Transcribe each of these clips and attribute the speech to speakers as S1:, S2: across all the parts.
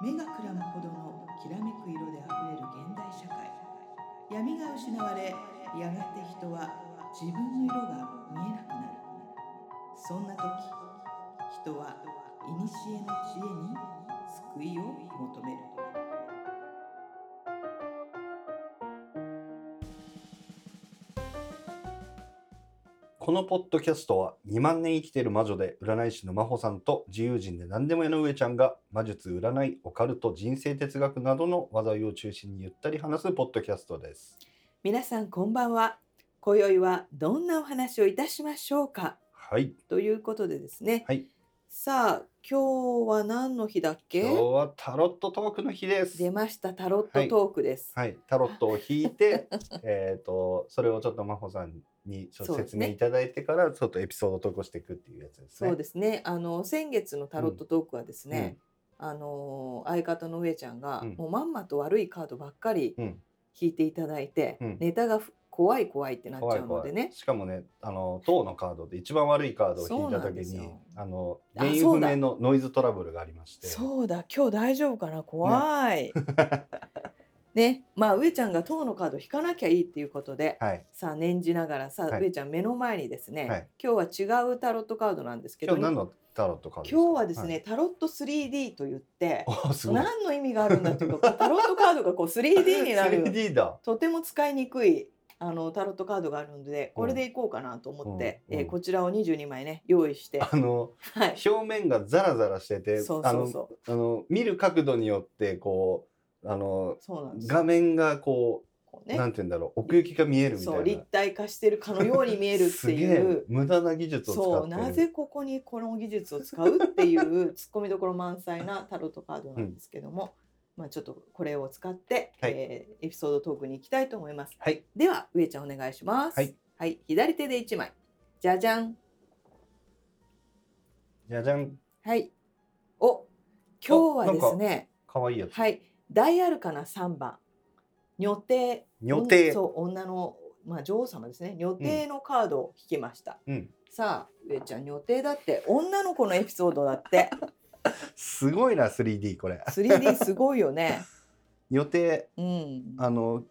S1: 目がくらむほどのきらめく色であふれる現代社会闇が失われやがて人は自分の色が見えなくなるそんな時人は古の知恵に救いを求める
S2: このポッドキャストは2万年生きている魔女で占い師の真帆さんと自由人で何でも屋の上ちゃんが魔術、占い、オカルト、人生哲学などの話題を中心にゆったり話すポッドキャストです。
S1: 皆さんこんばんは今宵はどんなお話をいたしましょうか
S2: はい。
S1: ということでですね、
S2: はい
S1: さあ今日は何の日だっけ
S2: 今日はタロットトークの日です
S1: 出。ましたタロットトークです、
S2: はい。タロットを引いて、えっと、それをちょっと真帆さんにちょっと
S1: そうです
S2: 説
S1: ね
S2: 明いただいてから、ちょっとエピソードを投稿していくっていうやつですね。
S1: そうですねあの先月のタロットトークはですね、
S2: ね。
S1: あのー相方の上ちゃんが、
S2: うん
S1: もうまんまと悪いカードばっかり
S2: うん
S1: 引いていただいて、
S2: うん
S1: ネタがふ怖い怖いってなっち
S2: 怖
S1: ゃ
S2: いう
S1: の
S2: 怖
S1: で
S2: い
S1: ね
S2: しかもねあの塔のカードで一番悪いカードを引いた
S1: そうなん
S2: 時
S1: です
S2: に
S1: よ
S2: あの
S1: あ
S2: 原因不明のノイズトラブルがありまして
S1: そうだ今日大丈夫かな怖い ねまあ上ちゃんが塔のカード引かなきゃいいっていうことで
S2: はい
S1: さあ念じながらさ、
S2: はい
S1: 上ちゃん目の前にですね、
S2: はい
S1: 今日は違うタロットカードなんですけ
S2: 今
S1: ど
S2: 日何のタロットカードですか
S1: 今日はですね、
S2: い
S1: タロット 3D と言って
S2: おすごい
S1: 何の意味があるんだというかタロットカードがこう 3D になる
S2: 3D だ
S1: とても使いにくいあのタロットカードがあるのでこれでいこうかなと思って、
S2: うんうん
S1: えーこちらを22枚ね用意して、
S2: あの
S1: はい、
S2: 表面がザラザラしてて
S1: そう
S2: あ
S1: そう
S2: の
S1: そう
S2: あの見る角度によってこうあの
S1: そうなんですよ
S2: 画面がこ
S1: こう
S2: う、なんて言うんだろう奥行きが見えるみたい
S1: そ
S2: な
S1: う立体化してるかのように見えるって
S2: すげ
S1: い
S2: え
S1: う。
S2: 無駄な技術を使ってる
S1: そうなぜここにこの技術を使うっていうツッコミどころ満載なタロットカードなんですけども、まあちょっとこれを使って、
S2: はい
S1: えーエピソードトークに行きたいと思います。
S2: はい
S1: では上ちゃんお願いします。
S2: はい、
S1: 左手で1枚。じゃじゃん。
S2: じゃじゃん
S1: はい。お、今日はですね、
S2: 可愛いやつ
S1: はい、大アルカナ3番、女帝、
S2: 女帝
S1: そう女のまあ女王様ですね、女帝のカードを引きました。
S2: うん
S1: さあ、上ちゃん女帝だって女の子のエピソードだって、
S2: すごいな 3D これ
S1: 3D すごいよ ね。
S2: 予定
S1: うん。
S2: あの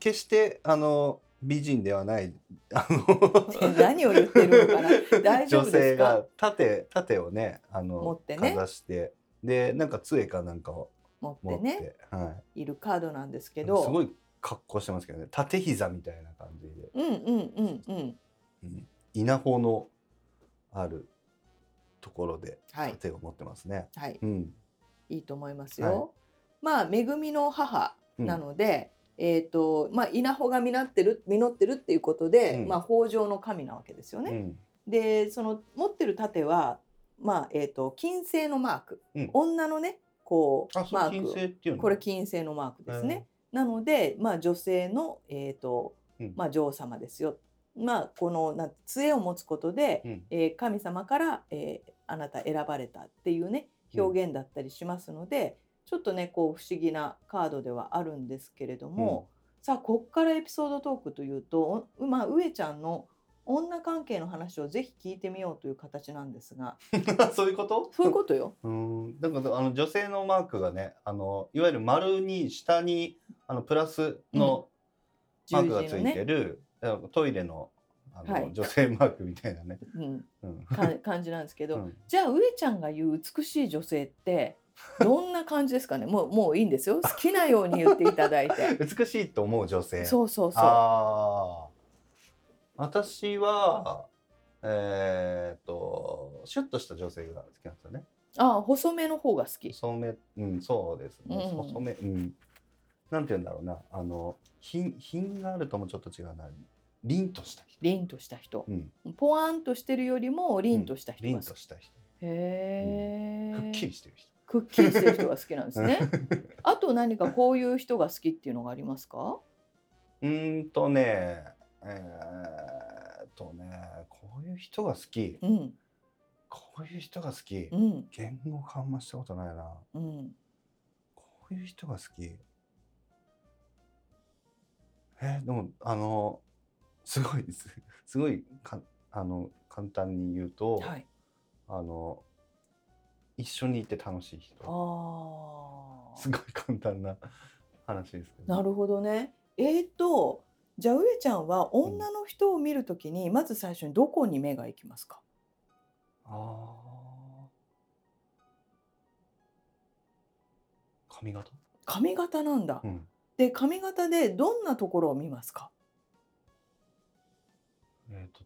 S2: 決してあの美人ではないあの
S1: 何を言ってるのか な、大丈
S2: 女
S1: 夫です
S2: 性
S1: か
S2: が？盾盾をねあの
S1: 持ってね
S2: かざしてでなんか杖かなんかを
S1: 持っ
S2: 持
S1: て
S2: って、
S1: ね、
S2: はい
S1: るカードなんですけ
S2: い、すご
S1: ど、
S2: い格好してますけどね縦膝みたいな感じで、
S1: うんうんうんうん、
S2: うん稲穂のあるところで
S1: はい
S2: 盾を持ってますね。
S1: はい。
S2: うん、
S1: いいと思いますよ。まあ恵みの母なので、えっ、とまあ稲穂が実ってる実ってるっていうことで、
S2: うん
S1: まあ豊穣の神なわけですよ
S2: う
S1: ね。
S2: ん
S1: でその持ってる盾はまあえっ、と金星のマーク、
S2: うん
S1: 女のねこう
S2: あそ
S1: マ
S2: う
S1: ー
S2: 金
S1: ク
S2: 星っていうの
S1: これ金星のマークですね。なのでまあ女性のえっ、と
S2: うん
S1: まあ女王様ですよ。まあこのなん杖を持つことで、
S2: うんうん
S1: えー神様から、えーあなた選ばれたっていうね表現だったりしますので、ちょっとねこう不思議なカードではあるんですけれども、さあこっからエピソードトークというとおまあ上ちゃんの女関係の話をぜひ聞いてみようという形なんですが
S2: そういうこと
S1: そういうことよ。
S2: うーん、なんかあの女性のマークがね、あのいわゆる丸に下にあのプラスのマークがついて
S1: ね、
S2: る、あのトイレのあの、
S1: はい
S2: 女性マークみたいなね。
S1: うん、
S2: うん。
S1: か感じなんですけ
S2: う
S1: ど、
S2: ん
S1: じゃあ上ちゃんが言う美しい女性ってどんな感じですかね もうもういいんですよ好きなように言っていただい て
S2: 美しいと思う女性。う
S1: そうそうそう。
S2: ああ。私はえーっとシュッとした女性が好きなんですよね。
S1: あ細めの方が好き。
S2: 細め、うん、そうですね。
S1: うん
S2: 細め、うん。なんて言うんだろうな、あの品品があるともちょっと違うな。凛とした人。
S1: 凛とした人
S2: う。ん。
S1: ポワンとしてるよりも凛とした人
S2: 凛
S1: が好き。
S2: とした人、
S1: へえ。
S2: くっきりしてる人。
S1: くっきりしてる人が好きなんですね。 あと何かこういう人が好きっていうのがありますか？
S2: うーんとね、えーっとね、こういう人が好き、
S1: うん
S2: こういう人が好き
S1: う。ん
S2: 言語化あんましたことないな。
S1: うん。
S2: こういう人が好き。えーでもあのすごいです。 すごいかんあの簡単に言うと、
S1: はい。
S2: あの一緒にいて楽しい人。
S1: ああ。
S2: すごい簡単な話ですけど。
S1: なるほどね。えー、とじゃあ上ちゃんは女の人を見るときに、まず最初にどこに目が行きますか
S2: あー髪型、
S1: 髪型なんだ。
S2: うん
S1: で髪型でどんなところを見ますか
S2: えー、と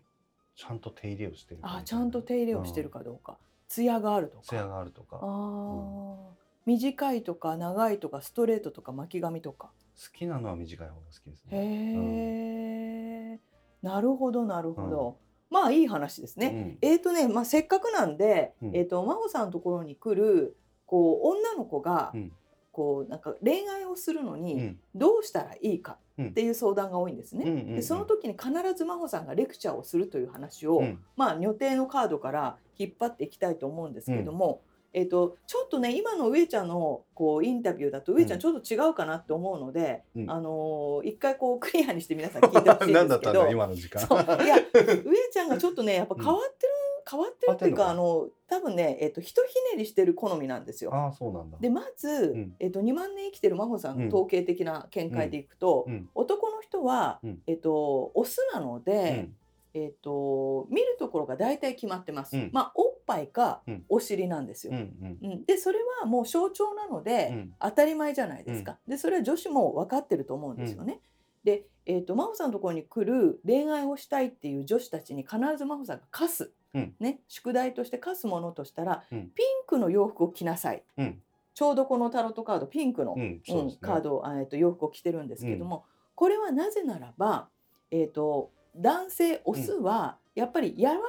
S2: ちゃんと手入れをしてるかみたい
S1: あ
S2: な
S1: ちゃんと手入れをしてるかどうか、艶があると
S2: 艶
S1: か。
S2: があるとか
S1: あ
S2: 好
S1: ー短いとか長いとかストレートとか巻き髪とか。
S2: きなのは短い方が好きです
S1: へ
S2: ね。
S1: え、なるほどなるほど、まあいい話ですね。
S2: ね
S1: えーとね、まあ、せっかくなんで、
S2: うん
S1: えー、と真帆さんのところに来るこう女の子が、
S2: うん
S1: こうなんか恋愛をするの
S2: う
S1: に
S2: ん
S1: どうしたらいいかっていう相談が多いんですね。
S2: うんうんうん
S1: でその時に必ず真帆さんがレクチャーをするという話を、
S2: うん
S1: まあ、予定のカードから引っ張っていきたいと思うんですけども、えー、とちょっとね今の上ちゃんのこうインタビューだと上ちゃ
S2: うん
S1: んちょっと違うかなって思うので、
S2: うん
S1: あのー一回こうクリアにして皆さん聞いてほしいん
S2: 何
S1: です
S2: だっ
S1: け
S2: たん
S1: ど
S2: だ。今の時間。
S1: そういや上ちゃんがちょっとねやっぱ変わってる、変わってるっていうか
S2: 変
S1: あの多分ねえっ、とひとひねりしてる好みなんですよ。
S2: ああそうなんだ。
S1: でまず、
S2: うん
S1: えっと2万年生きてる真帆さん
S2: う
S1: の
S2: ん
S1: 統計的な見解でいくと、
S2: うん
S1: 男の人は、
S2: うん
S1: えっとオスなの
S2: う
S1: で、
S2: ん
S1: えっと見るところが大体決まってます。
S2: うん
S1: まあおっぱいか
S2: うん
S1: お尻なんです
S2: う
S1: よ。うん
S2: ん
S1: でそれはもう象徴なので、
S2: うんうん
S1: 当たり前じゃないですか、でそれは女子も分かってると思うんですよね。で、えー、と真帆さんのところに来る恋愛をしたいっていう女子たちに必ず真帆さんが課す、
S2: うん
S1: ね、宿題として課すものとしたら、
S2: うん
S1: ピンクの洋服を着なさい、
S2: うん
S1: ちょうどこのタロットカードピンクの、
S2: うん
S1: う
S2: そうんですね。
S1: カードを、あえー、と洋服を着てるんですけども、これはなぜならば、えー、と男性オスはやっぱり柔らか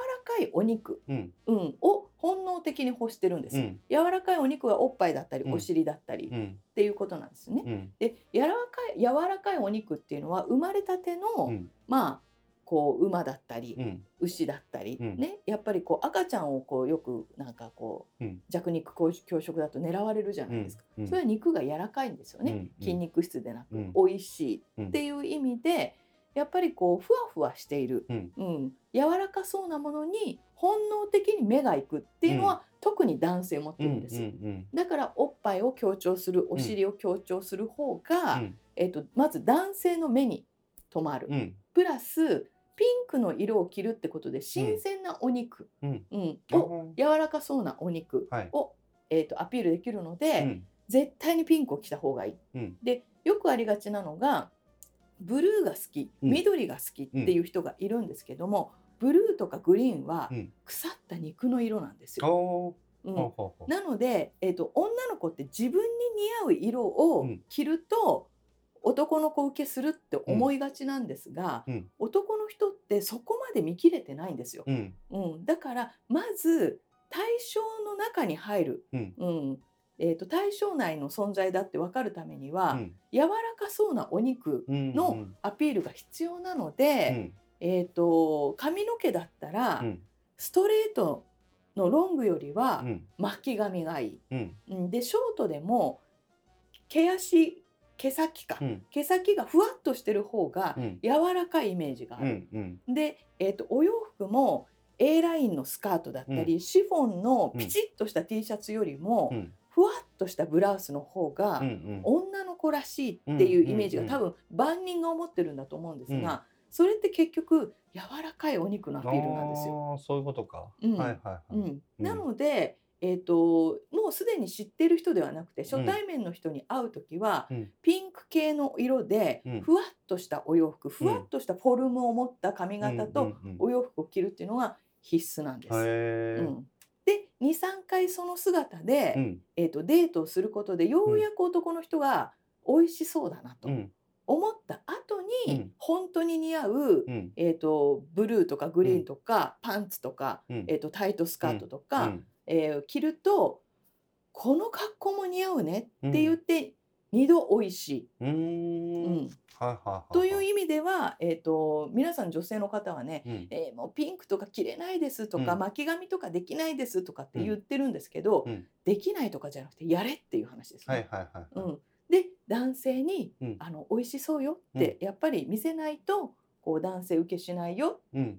S1: いお肉、
S2: うん
S1: うん、を本能的に欲してるんです
S2: う
S1: よ。
S2: ん
S1: 柔らかいお肉はおっぱいだったり
S2: うん
S1: お尻だったりっ
S2: うん
S1: ていうことなんですね。
S2: うん
S1: で柔らかい柔らかいお肉っていうのは生まれたての、
S2: うん
S1: まあこう馬だったり、
S2: うん
S1: 牛だったり、
S2: うん
S1: ねやっぱりこう赤ちゃんをこうよくなんかこう、
S2: うん
S1: 弱肉強食だと狙われるじゃないですか。
S2: うん
S1: それは肉が柔らかいんですよね、
S2: うん
S1: 筋肉質でなく、
S2: うん
S1: 美味しいっていう意味でやっぱりこうふわふわしている、
S2: うん
S1: 柔らかそうなものに本能的に目がいくっていうのは、特に男性持って
S2: うん
S1: るんですよ、
S2: うん
S1: だからおっぱいを強調するお尻を強調する方
S2: う
S1: が、
S2: ん
S1: えっとまず男性の目に留まる、
S2: うん
S1: プラスピンクの色を着るってことで新鮮なお肉、
S2: うん
S1: うんを柔らかそうなお肉
S2: はい
S1: を、えっとアピールできるので、
S2: うん
S1: 絶対にピンクを着た方がいい。
S2: うん
S1: でよくありがちなのがブルーが好き
S2: うん
S1: 緑が好きっていう人がいるんですけども、ブルーとかグリーンは
S2: うん
S1: 腐った肉の色なんです
S2: あー
S1: よ。
S2: ほ
S1: う
S2: うんほうほう
S1: なので、えー、と女の子って自分に似合う色を
S2: うん
S1: 着ると、男の子受けするって思いがちなんですが、
S2: うんうん
S1: 男の人ってそこまで見切れてないんですよ。
S2: うん
S1: うん、だからまず対象の中に入る、
S2: うん
S1: えー、と対象内の存在だって分かるためには、
S2: うん
S1: 柔らかそうなお肉
S2: うん
S1: の
S2: うん
S1: アピールが必要なので、えー、と髪の毛だったら、
S2: うん
S1: ストレートのロングよりは
S2: うん
S1: 巻き髪がいい。
S2: うん
S1: うんでショートでも毛足毛先か、
S2: うん
S1: 毛先がふわっとしてる方が
S2: うん
S1: 柔らかいイメージがあ
S2: う
S1: る。
S2: んうん
S1: で、えー、とお洋服も A ラインのスカートだったり、シフォンのピチッとした T シャツよりも、
S2: うん
S1: ふわっとしたブラウスの方が、
S2: うん
S1: 女の子らしいっていうイメージが、
S2: うんうん
S1: 多分万人が思ってるんだと思うんですが、それって結局柔らかいお肉のアピールなんですよ。
S2: あーそういうことか。
S1: うん
S2: はいはいは
S1: う
S2: い。
S1: ん、なので、えー、ともうすでに知ってる人ではなくて初対面の人に会う時は、
S2: うん
S1: ピンク系の色で、
S2: うん
S1: ふわっとしたお洋服ふわっとしたフォルムを持った髪型
S2: う
S1: と
S2: んうんうん
S1: お洋服を着るっていうのが必須なんです。
S2: へ
S1: う
S2: ー
S1: ん、で23回その姿で、
S2: うん
S1: えー、とデートをすることでようやく男の人が美味しそうだなと
S2: うん
S1: 思った後に、
S2: うん
S1: 本当に似合う、
S2: うん
S1: えー、とブルーとかグリーンとか、パンツとか、
S2: うん
S1: えー、とタイトスカートとか、
S2: うん
S1: えー着るとこの格好も似合うねって言
S2: う
S1: っ
S2: ん
S1: て、二度美味し
S2: うー
S1: い、うん
S2: んはいはいはい。
S1: という意味では、えー、と皆さん女性の方はね、
S2: うん
S1: えーもうピンクとか着れないですとか、
S2: うん
S1: 巻き髪とかできないですとかって言ってるんですけど、
S2: うん
S1: できないとかじゃなくてやれっていう話です、ね
S2: はいはいはい。
S1: うん、で男性に、
S2: うん
S1: あの美味しそうよって、やっぱり見せないとこう男性受けしないよ
S2: うん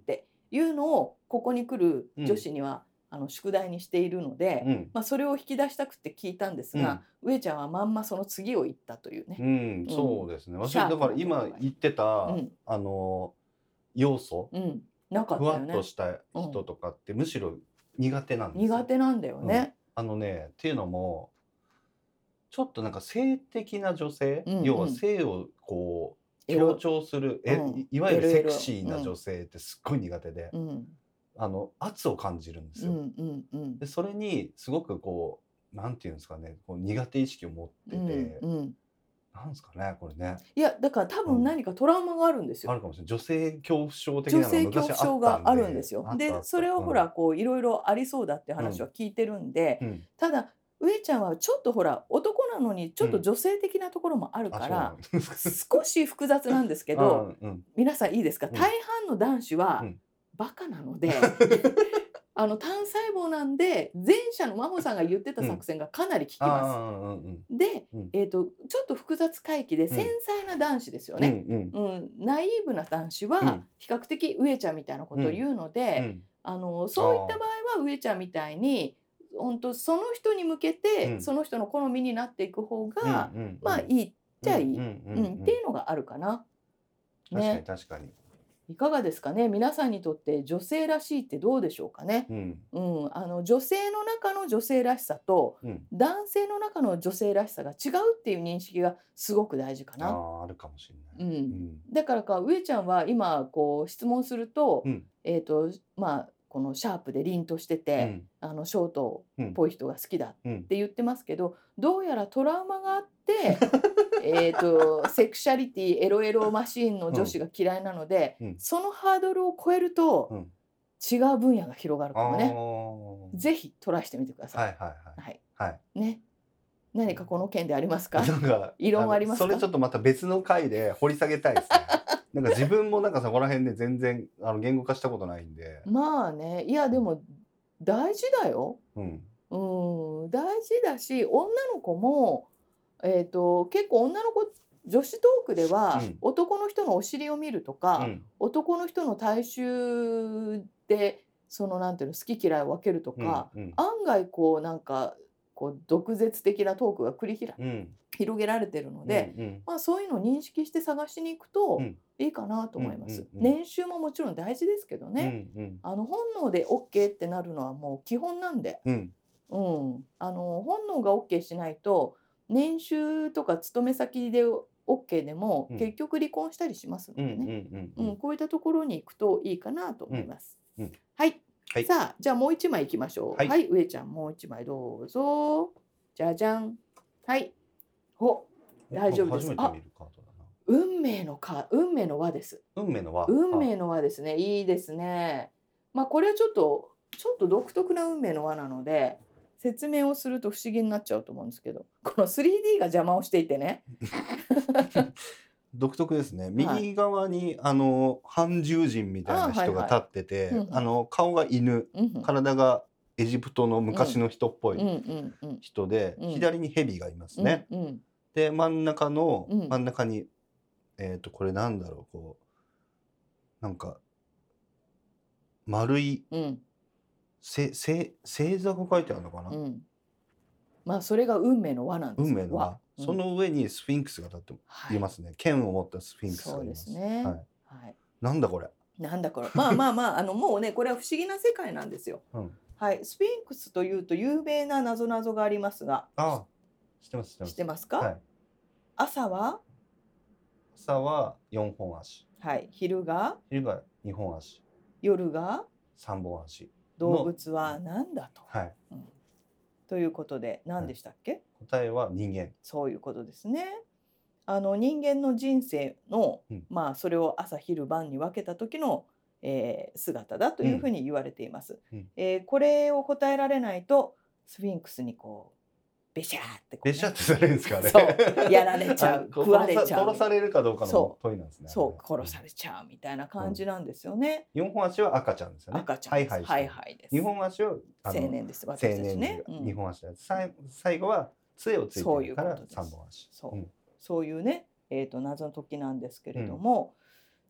S1: いうのをここに来る女子には、あの宿題にしているので、
S2: うん
S1: まあ、それを引き出したくて聞いたんですが、上ちゃんはまんまその次を言ったという
S2: う
S1: ね。
S2: ん、そうですね。私
S1: シャー
S2: だ
S1: プ
S2: から今言ってた、
S1: うん
S2: あの要素、
S1: うん、なかった
S2: ふわ
S1: よ
S2: っ
S1: ね
S2: とした人とかってむしろ苦手なんですよ
S1: 苦手なんだよね。
S2: あのねっていうのもちょっとなんか性的な女性、
S1: うんうん
S2: 要は性をこう
S1: エロ
S2: 強調する、え
S1: うん
S2: いいわゆるセ
S1: LL
S2: クシーな女性ってすっごい苦手で、
S1: うん
S2: あの圧を感じるんです
S1: う
S2: よ。
S1: んうんうん
S2: でそれにすごくこうなんていうんですかねこう苦手意識を持ってて、
S1: うんうん、
S2: なんですかねこれね
S1: いやだから多分何かトラウマがあるんです
S2: あ
S1: よ。
S2: るかもしれない女性恐怖症的な
S1: 女
S2: のが
S1: 性恐
S2: 昔
S1: 怖
S2: あ
S1: 症
S2: った
S1: が
S2: んで
S1: あるんですよ
S2: あ。ったあ
S1: で
S2: った
S1: それはほらこういろいろありそうだって話は聞いてるんで、
S2: うんうん
S1: ただ上ちゃんはちょっとほら男なのにちょっと女性的なところもある
S2: あ
S1: か
S2: そうな
S1: ら
S2: ん、ですか
S1: 少し複雑なんですけど、
S2: うんうん
S1: 皆さんいいですか、
S2: ん
S1: 大半の男子は
S2: うん
S1: バカなので、 あの単細胞なんで前者の真帆さんが言ってた作戦がかなり効き
S2: あ
S1: ま
S2: ーうんうん
S1: す。で、
S2: うん
S1: えー、とちょっと複雑回帰で繊細な男子ですよね。
S2: うんうん
S1: うんナイーブな男子
S2: う
S1: は
S2: ん
S1: 比較的上ちゃんみたいなことを言うので、
S2: うん
S1: あのそういった場合は上ちゃんみたいに本当その人に向けて、
S2: うん
S1: その人の好みになっていく方が、
S2: うんうんうん
S1: まあいいっちゃいい、うん
S2: うんうんうん
S1: っていうのがあるかな。
S2: 確かに
S1: ね
S2: 確かに、
S1: いかがですかね皆さんにとって女性らしいってどうでしょうかね、
S2: うん
S1: うん、あの女性の中の女性らしさと
S2: うん、
S1: 男性の中の女性らしさが違うっていう認識がすごく大事か
S2: あ
S1: な。
S2: ーあるかもしれ
S1: う、
S2: ない、うん
S1: だからか上ちゃんは今こう質問すると,、
S2: うん
S1: えーとまあ、このシャープで凛として
S2: う
S1: て、
S2: ん
S1: あのショートっぽい人が好きだっ
S2: うん
S1: て言ってますけどどうやらトラウマがあって えーとセクシャリティエロエロマシーンの女子が嫌いなので、
S2: うん
S1: そのハードルを超えると、
S2: うん
S1: 違う分野が広がるかも
S2: あ
S1: ね。
S2: ー
S1: ぜひトライしてみてくださ
S2: はい
S1: い。
S2: はいはい
S1: はい、
S2: はい
S1: ね何かこの件でありますか
S2: なんか
S1: 異論はありますか
S2: のそれちょっとまた別の回で掘り下げたいです ねなんか自分もなんかそこら辺で全然あの言語化したことないんで、
S1: まあねいやでも大事だよ。
S2: うん、
S1: うん大事だし女の子も、えー、と結構女の子女子トークでは、
S2: うん
S1: 男の人のお尻を見るとか、
S2: うん
S1: 男の人の体臭でそのなんていうの好き嫌いを分けると
S2: うん
S1: か、
S2: うん
S1: 案外こうなんかこう毒舌的なトークが繰り広
S2: うん
S1: 広げられてるので、
S2: うんうん
S1: まあ、そういうのを認識して探しに行くと
S2: うん
S1: いいかなと思います。
S2: うんうんうん
S1: 年収ももちろん大事ですけどね、
S2: うんうん
S1: あの本能で OK ってなるのはもう基本なんで、
S2: うん
S1: うん、あの本能が OK しないと年収とか勤め先で OK でも
S2: うん
S1: 結局離婚したりしますの
S2: う
S1: でね、
S2: んうんう
S1: うんん、こういったところに行くといいかなと思います。
S2: うんうん
S1: はい、
S2: はい
S1: さあじゃあもう一枚いきましょう。
S2: は
S1: はいい、上ちゃんもう一枚どうぞ。じゃじゃん。はい。ほ、大丈夫です
S2: 初めて見るカードだな
S1: 運命のか運命の輪です。
S2: 運命の輪
S1: 運命の輪ですね。いいですね。まあこれはちょっとちょっと独特な運命の輪なので。説明をすると不思議になっちゃうと思うんですけどこの 3D が邪魔をしていてね
S2: 独特ですね右側に、あの半獣人みたいな人が立ってて
S1: あはいはいうん
S2: あの顔が犬
S1: うんうん
S2: 体がエジプトの昔の人っぽ
S1: うん
S2: い
S1: うんうん
S2: 人で、
S1: うん
S2: 左にヘビがいますね、
S1: うんうん
S2: で真ん中の、
S1: うん
S2: 真ん中にえっ、とこれなんだろうこうなんか丸い
S1: うん
S2: せせ星座が書いてあるのかな、
S1: うん、まあそれが運命の輪なんです
S2: 運命の輪、
S1: うん
S2: その上にスフィンクスが立って
S1: はい
S2: いますね、剣を持ったスフィンクスがいます
S1: そうですね
S2: はい、
S1: はい、
S2: なんだこれ、
S1: なんだこれまあまあまああのもうねこれは不思議な世界なんですよ。
S2: うん、
S1: はい、スフィンクスというと有名な謎謎がありますが
S2: あ知ってます知ってま
S1: 知
S2: す
S1: ってますか、
S2: はい
S1: 朝は、
S2: 朝は4本足
S1: はい、昼が
S2: 昼が2本足
S1: 夜が
S2: 3本足
S1: 動物は何だと。
S2: はい
S1: ということで何でしたっけ、
S2: 答えは人 間
S1: そういうことですね。あの人間の人生の、
S2: うん
S1: まあそれを朝昼晩に分けた時の、えー姿だというふうに言われています。
S2: うん
S1: えーこれを答えられないとスフィンクスにこうべしゃーってこうね、
S2: 列車ってされるんですかね
S1: そうやられちゃ
S2: あ
S1: う
S2: こ
S1: 食われちゃ
S2: 殺
S1: う
S2: さ殺されるかどうかの
S1: そ
S2: 問いなんですね
S1: そう殺されちゃうみたいな感じなんですよね。
S2: 4本足は赤ちゃんですよね
S1: 赤ちゃんです。
S2: ハイ
S1: は
S2: ハイ
S1: い
S2: してる
S1: はいです。
S2: 二本足はあ
S1: 青
S2: の
S1: 年です私たちね。
S2: 青
S1: う
S2: 年
S1: ん
S2: 二本足ださい最後は杖をついてるか
S1: そういう
S2: ら
S1: ことです
S2: 三本足
S1: そう
S2: うん
S1: そういうね、えー、と謎の時なんですけれども、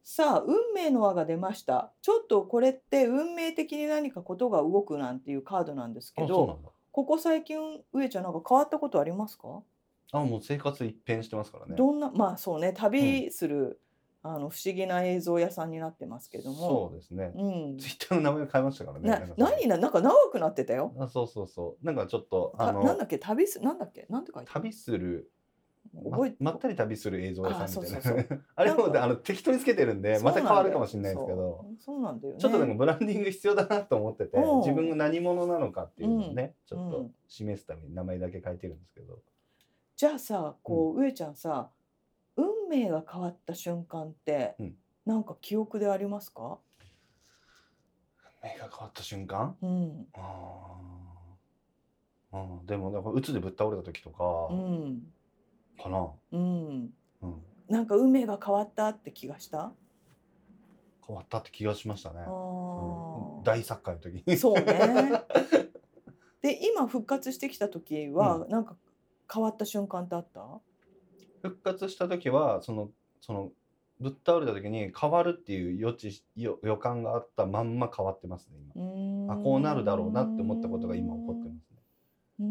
S1: さあ運命の輪が出ましたちょっとこれって運命的に何かことが動くなんていうカードなんですけ
S2: あそうな
S1: ど
S2: んだ
S1: ここ最近上ちゃんなんか変わったことありますか、
S2: あもう生活一変してますからね
S1: どんなまあそうね旅する、あの不思議な映像屋さんになってますけども
S2: そうですね
S1: う、ん、
S2: ツイッターの名前を変えましたからね
S1: な
S2: なんか
S1: 何ななんか長くなってたよ。
S2: あそうそうそうなんかちょっとあ
S1: たなん
S2: の
S1: だっけ旅すなんだっけなんて書いてある
S2: 旅するま
S1: 覚えて
S2: まったり旅する映像屋さんみたいな
S1: あそう そう
S2: あれ
S1: な
S2: も
S1: んか
S2: あの適当につけてるんで
S1: そう
S2: ま
S1: なん
S2: た
S1: だよ
S2: 変わるかもしれないですけど、
S1: そうそうなんだよね。
S2: ちょっとでもブランディング必要だなと思ってて、
S1: うん
S2: 自分が何者なのかっていうのをね、
S1: うん
S2: ちょっ
S1: う
S2: と
S1: ん
S2: 示すために名前だけ変えてるんですけど、
S1: じゃあさこう、上ちゃんさ運命が変わった瞬間って、
S2: うん
S1: なんか記憶でありますか、
S2: 目が変わった瞬間
S1: うん
S2: あーあーでもなんか鬱でぶっ倒れた時と
S1: う
S2: か
S1: ん
S2: かな、
S1: うん、
S2: うん
S1: なんか運命が変わったって気がした
S2: 変わったって気がしましたね
S1: あ、
S2: うん
S1: ー
S2: 大作家の時に
S1: そうねで今復活してきた時は、なんか変わった瞬間ってあった
S2: 復活した時はそのそのぶっ倒れた時に変わるっていう予知し予予感があったまんま変わってますね
S1: うーん
S2: 今あこうなるだろうなって思ったことが今起こってますね
S1: うー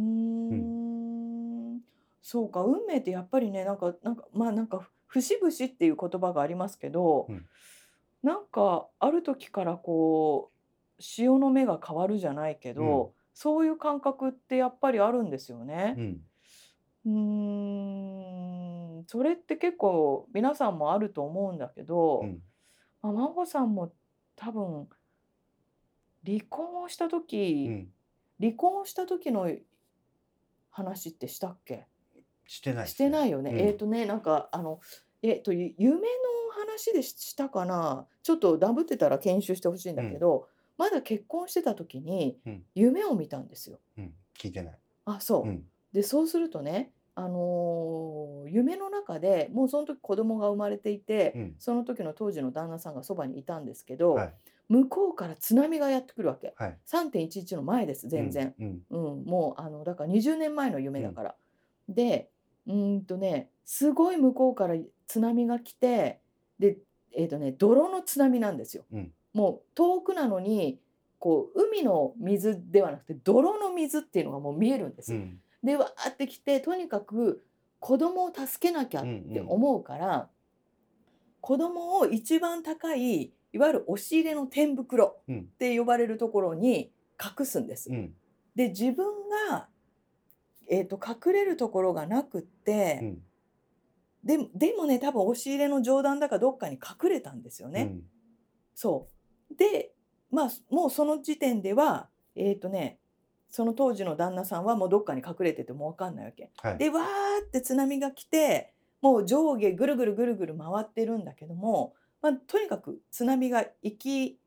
S1: ん、そうか運命ってやっぱりねなんかなんかまあなんか「節々」っていう言葉がありますけど、
S2: うん
S1: なんかある時からこう潮の目が変わるじゃないけど、
S2: うん
S1: そういう感覚ってやっぱりあるんですよね。
S2: うん
S1: うーんそれって結構皆さんもあると思うんだけど、
S2: うん
S1: まあ、真帆さんも多分離婚をした時、
S2: うん
S1: 離婚した時の話ってしたっけ、
S2: してないです
S1: し
S2: ね、
S1: てないよね、
S2: うん
S1: えっ、とねなんかあのえっ、とゆ夢の話でししたかなちょっとダブってたら研修してほしいんだけど、まだ結婚してた時に
S2: うん
S1: 夢を見たんですよ。
S2: うん、聞いてない、
S1: あそう、
S2: うん
S1: でそうするとねあのー夢の中でもうその時子供が生まれていて、
S2: うん
S1: その時の当時の旦那さんがそばにいたんですけど、
S2: はい
S1: 向こうから津波がやってくるわけ
S2: はい
S1: 3.11の前です全然、
S2: うんうん
S1: うん、もうあのだから20年前の夢だから。でうーんとねすごい向こうから津波が来てでえーとね泥の津波なんですよ。
S2: うん
S1: もう遠くなのにこう海の水ではなくて泥の水っていうのがもう見えるんです。
S2: うん
S1: でわーってきてとにかく子供を助けなきゃって思うから、子供を一番高いいわゆる押し入れの天袋
S2: うん
S1: って呼ばれるところに隠すんです。
S2: うん
S1: で自分が、えー、と隠れるところがなくって、
S2: うん
S1: でもでもね多分押し入れの上段だかどっかに隠れたんですよね。
S2: うん
S1: そうでまあもうその時点ではえっ、とねその当時の旦那さんはもうどっかに隠れててもう分かんないわけ。
S2: はい、
S1: でわーって津波が来てもう上下ぐるぐるぐるぐる回ってるんだけども、まあ、とにかく津波が行き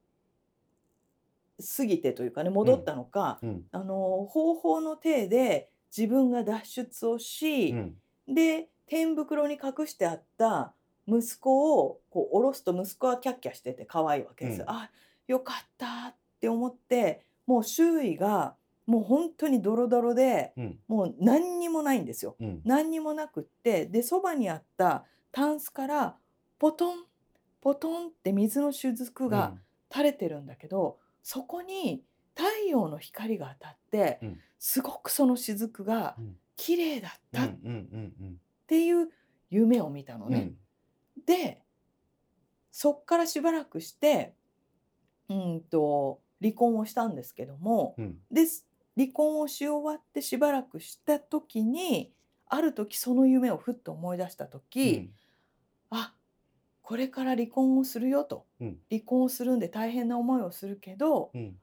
S1: 過ぎてというかね戻ったのか、
S2: うん
S1: あの方法の体で自分が脱出をし
S2: う、ん
S1: で天袋に隠してあった息子をこう下ろすと息子はキャッキャしてて可愛いわけです。
S2: うん
S1: あよかったって思ってもう周囲がもう本当にドロドロで
S2: うん
S1: もう何にもないんですよ。
S2: うん
S1: 何にもなくってでそばにあったタンスからポトンポトンって水の雫が、垂れてるんだけどそこに太陽の光が当たって、
S2: うん
S1: すごくその雫が
S2: うん
S1: 綺麗だっ
S2: うん
S1: た
S2: う
S1: っ
S2: んうんうん
S1: ていう夢を見たの
S2: うんう
S1: ね。
S2: ん
S1: でそっからしばらくしてうんと離婚をしたんですけども、
S2: うん
S1: です離婚をし終わってしばらくした時にある時その夢をふっと思い出した時、あこれから離婚をするよと、
S2: うん
S1: 離婚をするんで大変な思いをするけど、
S2: うん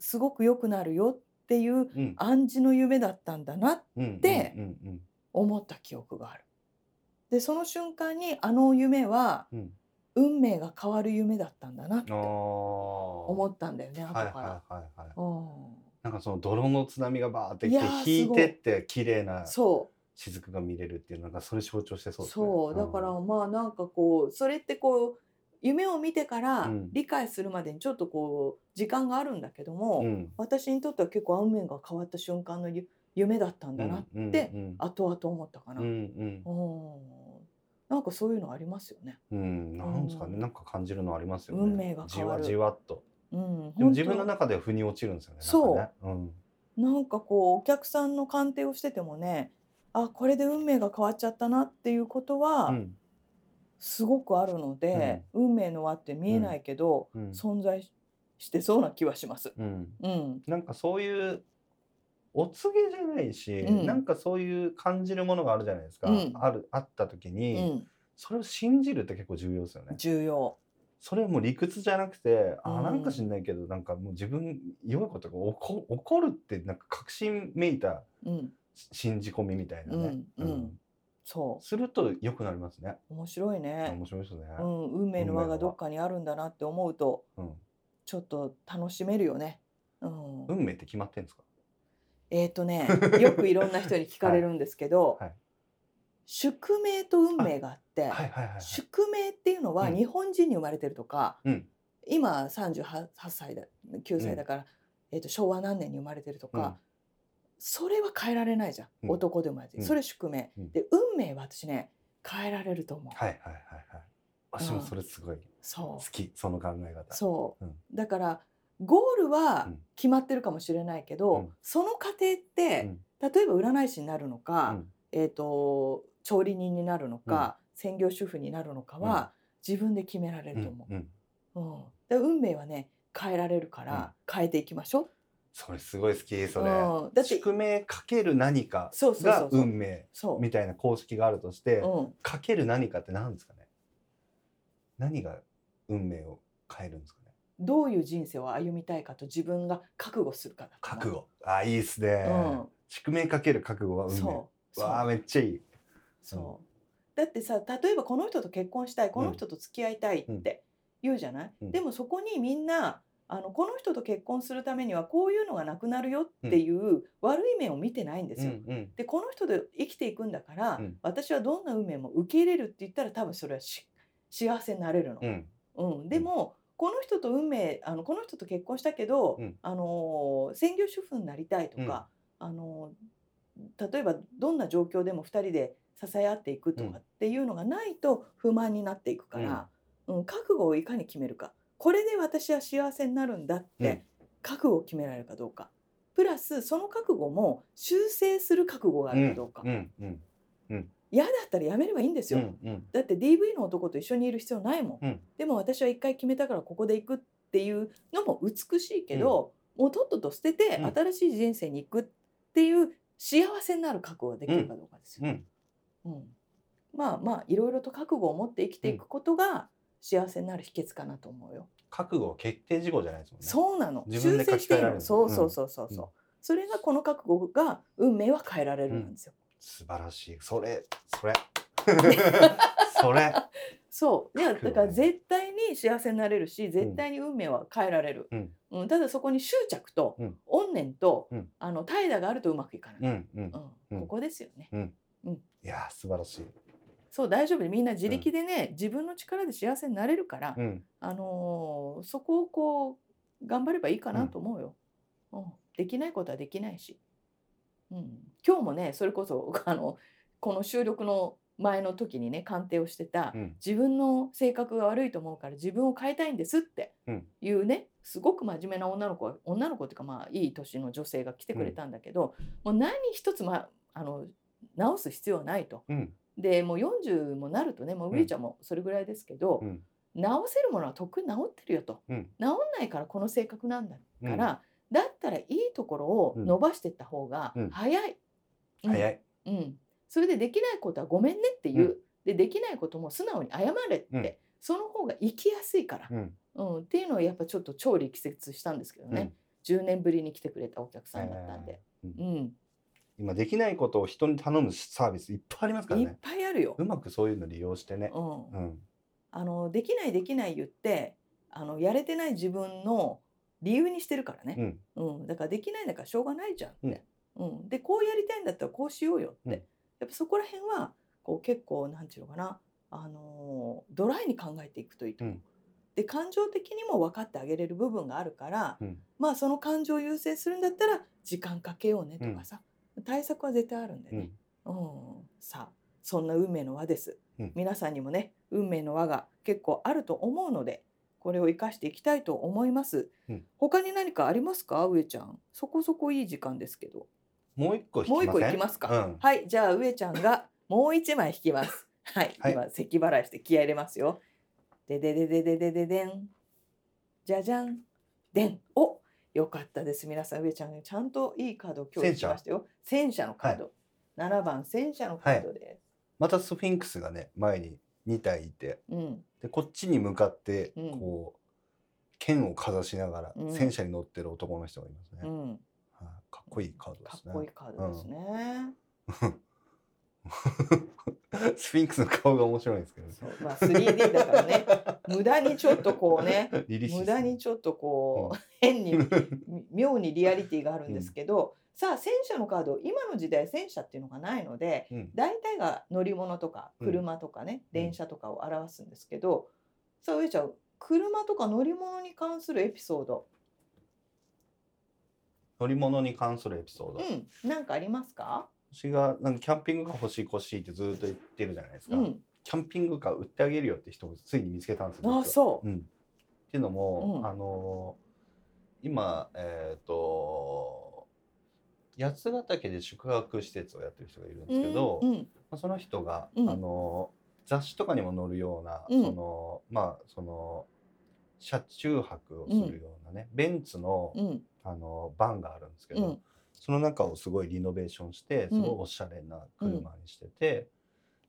S1: すごく良くなるよっていう
S2: うん
S1: 暗示の夢だったんだな
S2: うん
S1: で
S2: うんうん
S1: 思った記憶がある。でその瞬間にあの夢は
S2: うんうん
S1: 運命が変わる夢だったんだなって
S2: あー
S1: 思ったんだよね後
S2: はい
S1: か
S2: はい
S1: ら。
S2: はいはい
S1: うん
S2: なんかその泥の津波がバーってき
S1: い
S2: て
S1: やー
S2: 引い
S1: すごい
S2: てって綺麗な
S1: そう
S2: 雫が見れるっていうなんかそれ象徴してそうですね
S1: そうだからまあなんかこうそれってこう夢を見てから
S2: うん
S1: 理解するまでにちょっとこう時間があるんだけども、
S2: うん
S1: 私にとっては結構運命が変わった瞬間のゆ夢だったんだな、
S2: うん
S1: て
S2: うん
S1: 後々思ったかな。
S2: うんう
S1: う
S2: ん
S1: んなんかそういうのありますよね。
S2: うん、なんですかね、なんか感じるのありますよね。
S1: 運命が
S2: じ
S1: 変わ
S2: わ
S1: る
S2: じわっと。
S1: うん、
S2: でも
S1: 本当
S2: 自分の中では腑に落ちるんですよね。
S1: そう
S2: なんかねうん。
S1: なんかこうお客さんの鑑定をしててもねあこれで運命が変わっちゃったなっていうことは
S2: うん
S1: すごくあるので、運命の輪って見えないけど、
S2: うんうん
S1: 存在ししてそうな気はします。
S2: うん。
S1: うん、
S2: なんかそういう。お告げじゃないし、
S1: うん
S2: なんかそういう感じるものがあるじゃないですか。
S1: うん
S2: ある、あった時
S1: う
S2: に、
S1: ん、
S2: それを信じるって結構重要ですよね。
S1: 重要。
S2: それはもう理屈じゃなくて、
S1: う
S2: あ
S1: ん
S2: なんか知んないけどなんかもう自分弱いことが起こ起こるってなんか確信めいた
S1: うん、
S2: し信じ込みみたいなね、
S1: うんうんそ
S2: すると良くなりますね。
S1: う面白いね。
S2: 面白いですね。
S1: うん、運命の輪
S2: 運命の輪
S1: がどっかにあるんだなって思うと
S2: うん
S1: ちょっと楽しめるよね。うん、
S2: 運命って決まってんですか。
S1: えっ、とね よくいろんな人に聞かれるんですけど、
S2: はい
S1: 宿命と運命があって、
S2: はいはいはいはい。
S1: 宿命っていうのは
S2: うん
S1: 日本人に生まれてるとか、
S2: うん
S1: 今38歳だ9歳だから、えー、と昭和何年に生まれてるとか、
S2: うん
S1: それは変えられないじゃん、
S2: うん
S1: 男で生まれてる、
S2: うん
S1: それ宿命、
S2: うん
S1: で運命は私ね変えられると思う、
S2: はいはいはいはい。私もそれすごい
S1: そ
S2: 好
S1: う
S2: きその考え方。
S1: そう、
S2: うん
S1: だからゴールは
S2: うん
S1: 決まってるかもしれないけど、
S2: うん
S1: その過程って、例えば占い師になるのか、
S2: うん
S1: えー、と調理人になるのか、専業主婦になるのかは、自分で決められ
S2: う
S1: る
S2: ん
S1: と思う。
S2: うん
S1: うん、で運命はね変えられるから変えていきましょう、
S2: それすごい好きそ
S1: う
S2: れ。
S1: ん、だって
S2: 宿命かける何か
S1: そうそうそ
S2: が
S1: うそう
S2: 運命
S1: そう、
S2: みたいな公式があるとして、
S1: うん、
S2: かける何かって何ですかね。何が運命を変えるんですかね。
S1: どういう人生を歩みたいかと自分が覚悟するかだから
S2: 覚悟。あいいですね、
S1: うん
S2: 宿命かける覚悟は運命。
S1: そう
S2: わあ
S1: そう
S2: めっちゃいい。
S1: そうだってさ例えばこの人と結婚したいこの人と付き合いたいって言うじゃない、
S2: うん
S1: でもそこにみんなあのこの人と結婚するためにはこういうのがなくなるよっていう悪い面を見てないんですよ、
S2: うんうん
S1: でこの人で生きていくんだから、
S2: うん
S1: 私はどんな運命も受け入れるって言ったら多分それはし幸せになれるの、
S2: うん
S1: うん、でも、この人と運命あのこの人と結婚したけど、
S2: うん
S1: あのー専業主婦になりたいとか、あのー例えばどんな状況でも2人で支え合っていくと
S2: うん
S1: かっていうのがないと不満になっていくから、うん覚悟をいかに決めるかこれで私は幸せになるんだっ
S2: うん
S1: て覚悟を決められるかどうかプラスその覚悟も修正する覚悟があるかどうか、
S2: うんうん
S1: 嫌だったらやめればいいんです
S2: う
S1: よ。
S2: んうん
S1: だって DV の男と一緒にいる必要ないもん、
S2: うん
S1: でも私は一回決めたからここで行くっていうのも美しいけど、もうとっとと捨てて
S2: うん
S1: 新しい人生に行くっていう幸せになる覚悟ができるかどうかですよ。
S2: うん
S1: うんまあまあいろいろと覚悟を持って生きていくことが幸せになる秘訣かなと思うよ。
S2: 覚悟は決定事項じゃないですもんね。
S1: そうなの
S2: 自分で書き換え
S1: いい
S2: られる
S1: のそうそうそうそうそう、
S2: うん
S1: それがこの覚悟が運命は変えられるなんですよ。
S2: 素晴らしい。それ それそれ。
S1: そういや
S2: 覚悟
S1: だ
S2: ね
S1: から絶対に幸せになれるし絶対に運命は変えられる、
S2: うん
S1: うんただそこに執着と、
S2: うん
S1: 怨念と、
S2: うん
S1: あの怠惰があるとうまくいかな
S2: う
S1: い、
S2: んうん。
S1: うん
S2: うん
S1: ここですよね
S2: いやー素晴らしい。
S1: そう大丈夫みんな自力でね、自分の力で幸せになれるから、
S2: うん。
S1: あのーそこをこう頑張ればいいかなと思うよ、うんできないことはできないし、うん、今日もねそれこそあのこの収録の前の時にね鑑定をしてた、
S2: うん
S1: 自分の性格が悪いと思うから自分を変えたいんですって
S2: うん
S1: いうね、すごく真面目な女の子が女の子っていうかまあいい年の女性が来てくれたんだけど、もう何一つ、ま、あの直す必要はないと。
S2: うん
S1: でもう40もなるとねもうウィーちゃんもそれぐらいですけど、
S2: うん
S1: 直せるものはとっくに治ってるよと、
S2: うん
S1: 治んないからこの性格なんだか
S2: うん。
S1: ら、だったらいいところを伸ばしていった方が
S2: うん
S1: 早い。うん
S2: 早い。
S1: うん、それでできないことはごめんねっていう、
S2: うん
S1: でできないことも素直に謝れって、
S2: うん
S1: その方が生きやすいから、
S2: うん
S1: うんっていうのをやっぱちょっと調理季節したんですけどね、10年ぶりに来てくれたお客さんだったんで、
S2: う
S1: うん
S2: 今できないことを人に頼むサービスいっぱいありますから
S1: いっ
S2: ね。
S1: ぱいあるよ。
S2: うまくそういうの利用してね。
S1: うん
S2: うん。
S1: あのできないできない言ってあのやれてない自分の理由にしてるから
S2: う
S1: ね、
S2: ん。
S1: うんだからできないんだからしょうがないじゃんって、うんでこうやりたいんだったらこうしようよって、
S2: うん
S1: やっぱそこら辺はこう結構なんていうのかな、あのードライに考えていくといいと思う。
S2: うん
S1: で感情的にも分かってあげれる部分があるから、
S2: うん
S1: まあその感情を優先するんだったら時間かけようねとかさ、対策は絶対あるんでね。うん、さあそんな運命の輪です、
S2: うん
S1: 皆さんにもね運命の輪が結構あると思うのでこれを生かしていきたいと思います、
S2: うん
S1: 他に何かありますか上ちゃんそこそこいい時間ですけど
S2: もう一個引き
S1: も
S2: ま
S1: う
S2: せん
S1: 一個いきますか、
S2: うん
S1: はいじゃあ上ちゃんがもう一枚引きますはい、
S2: はい
S1: 今咳払いして気合い入れますよででででででででんじゃじゃんでんおよかったです皆さん上ちゃんちゃんといいカードを今日引
S2: 戦
S1: き
S2: 車
S1: ましたよ戦車のカード、7番戦車のカードで
S2: またスフィンクスがね前に2体いて
S1: す、うん
S2: でこっちに向かって
S1: うん
S2: こう、剣をかざしながら
S1: うん
S2: 戦車に乗ってる男の人がいますね、
S1: うん
S2: はいかっこいいカードで
S1: か
S2: す
S1: っ
S2: ね
S1: こいいカードですね、
S2: スフィンクスの顔が面白いんですけどね
S1: そうまあ 3D だから ね無駄にちょっとこうね
S2: リリシス
S1: 無駄にちょっとこう、 変 にみ妙にリアリティがあるんですけど、さあ戦車のカード今の時代戦車っていうのがないので
S2: うん
S1: 大体が乗り物とか
S2: うん
S1: 車とかね、
S2: うん
S1: 電車とかを表すんですけど、さあ上ちゃん車とか乗り物に関するエピソード、
S2: 乗り物に関するエピソード、
S1: うん、なんかありますか、
S2: 私がなんかキャンピングカー欲しい欲しいってずっと言ってるじゃないです
S1: う
S2: か、
S1: ん、
S2: キャンピングカー売ってあげるよって人をついに見つけたんですよ
S1: あ
S2: 実は
S1: そう、
S2: うん、っていうのも、
S1: うん
S2: あのー今えっ、と八ヶ岳で宿泊施設をやってる人がいるんですけど、
S1: うんうん
S2: まあ、その人が、
S1: うん
S2: あのー雑誌とかにも載るような、
S1: うん
S2: そのまあその車中泊をするようなね、ベンツの、
S1: うん
S2: あのーバンがあるんですけ
S1: う
S2: ど、
S1: ん
S2: その中をすごいリノベーションしてす
S1: うん
S2: ごいおしゃれな車にしてて、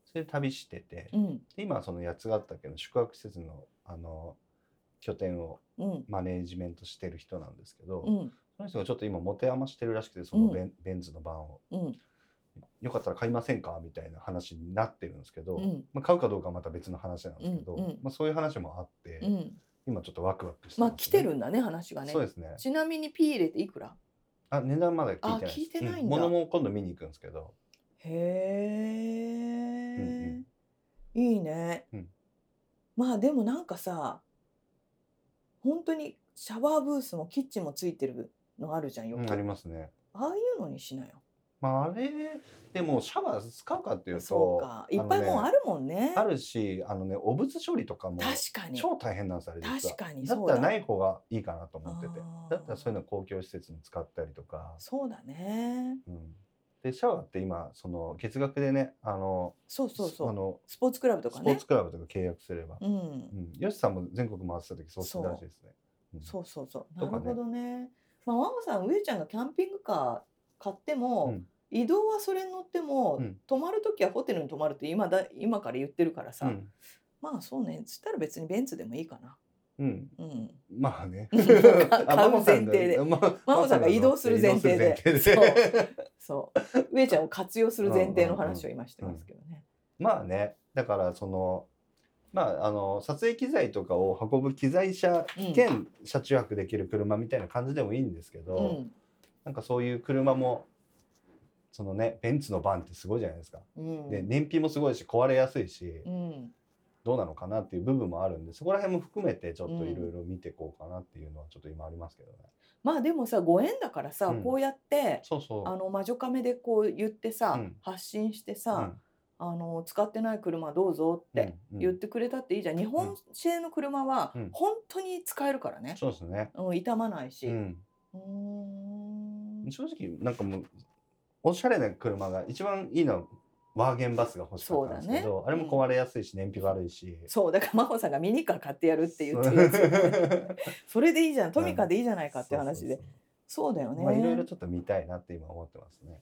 S2: それで旅してて、
S1: うん
S2: で今はその八ヶ岳の宿泊施設のあの拠点を
S1: うん
S2: マネージメントしてる人なんですけど、
S1: うん
S2: その人がちょっと今持て余してるらしくてそのベン,、
S1: う
S2: ベンツの版を
S1: うん
S2: よかったら買いませんかみたいな話になってるんですけど、
S1: うん
S2: まあ、買うかどうかはまた別の話なんですけど、
S1: うんうん
S2: まあ、そういう話もあって、
S1: うん
S2: 今ちょっとワクワクして
S1: まあ
S2: すね
S1: 来てるんだね話がね
S2: そうですね
S1: ちなみに P 入れていくら
S2: あ値段まだ聞いてないです
S1: あ聞いてないんだ
S2: うん物も今度見に行くんですけど
S1: へえ、
S2: うん
S1: いいね、
S2: うん
S1: まあでもなんかさ本当にシャワーブースもキッチンもついてるのあるじゃんよく、
S2: うんありますね
S1: ああいうのにしなよ
S2: まあ、あれでもシャワー使うかっていうと
S1: そうかいっぱいもうあ
S2: る
S1: るもんね
S2: あるしあのね汚物処理とかも
S1: 確かに
S2: 超大変なんですあれ実は
S1: 確かに
S2: だ
S1: そ
S2: っ
S1: う
S2: た
S1: だ
S2: らない方がいいかなと思ってて
S1: あー
S2: だったらそういうの公共施設に使ったりとか、
S1: そうだね
S2: うん、でシャワーって今その月額でねあの
S1: そうそうそ
S2: あ
S1: う
S2: の
S1: スポーツクラブとか
S2: スポー
S1: ね
S2: ツクラブとか契約すれば、
S1: う
S2: うんんよしさんも全国回ってた時そうしてたらしいですねうん
S1: そうそうそう。
S2: と
S1: な
S2: か
S1: る
S2: ね
S1: ほどね。まあ、ワンコさん、上ちゃんがキャンピングカー買っても、
S2: うん
S1: 移動はそれに乗っても、
S2: うん
S1: 泊まるときはホテルに泊まるって今だ今から言ってるからさ、
S2: うん
S1: まあそうね、そしたら別にベンツでもいいかな。
S2: うん、
S1: うん。
S2: まあ ね
S1: か
S2: あ マモさんが
S1: 買う前提で
S2: ま
S1: マモさんが移動する前提で
S2: 移動する前提で
S1: そう。上ちゃんを活用する前提の話を今してますけどね。
S2: まあねだからそのまああの撮影機材とかを運ぶ機材車
S1: うん
S2: 兼車中泊できる車みたいな感じでもいいんですけど、
S1: うん。
S2: なんかそういう車もそのねベンツのバンってすごいじゃないですか、
S1: うん。
S2: で燃費もすごいし壊れやすいし、
S1: うん。
S2: どうなのかなっていう部分もあるんでそこら辺も含めてちょっといろいろ見ていこうかなっていうのはちょっと今ありますけどね。
S1: まあでもさ、ご縁だからさ、
S2: うん
S1: こうやって、
S2: そうそ
S1: あの魔女カメでこう言ってさ、
S2: うん
S1: 発信して
S2: う
S1: さ、あの使ってない車どうぞって、
S2: うんうん
S1: 言ってくれたっていいじゃん日本製の車は
S2: うん
S1: 本当に使えるからね、
S2: そうですね、
S1: うん、傷まないし、
S2: う、
S1: うんーん、
S2: 正直なんかもうおしゃれな車が一番いいのはワーゲンバスが欲しかったんです
S1: そ
S2: け
S1: う
S2: ど、あれも壊れやすいし燃費悪いし、
S1: そうだから真帆さんがミニカー買ってやるって言ってるやつ、 それでいいじゃんトミカでいいじゃないかって話で、そうだよね、
S2: まあいろいろちょっと見たいなって今思ってますね、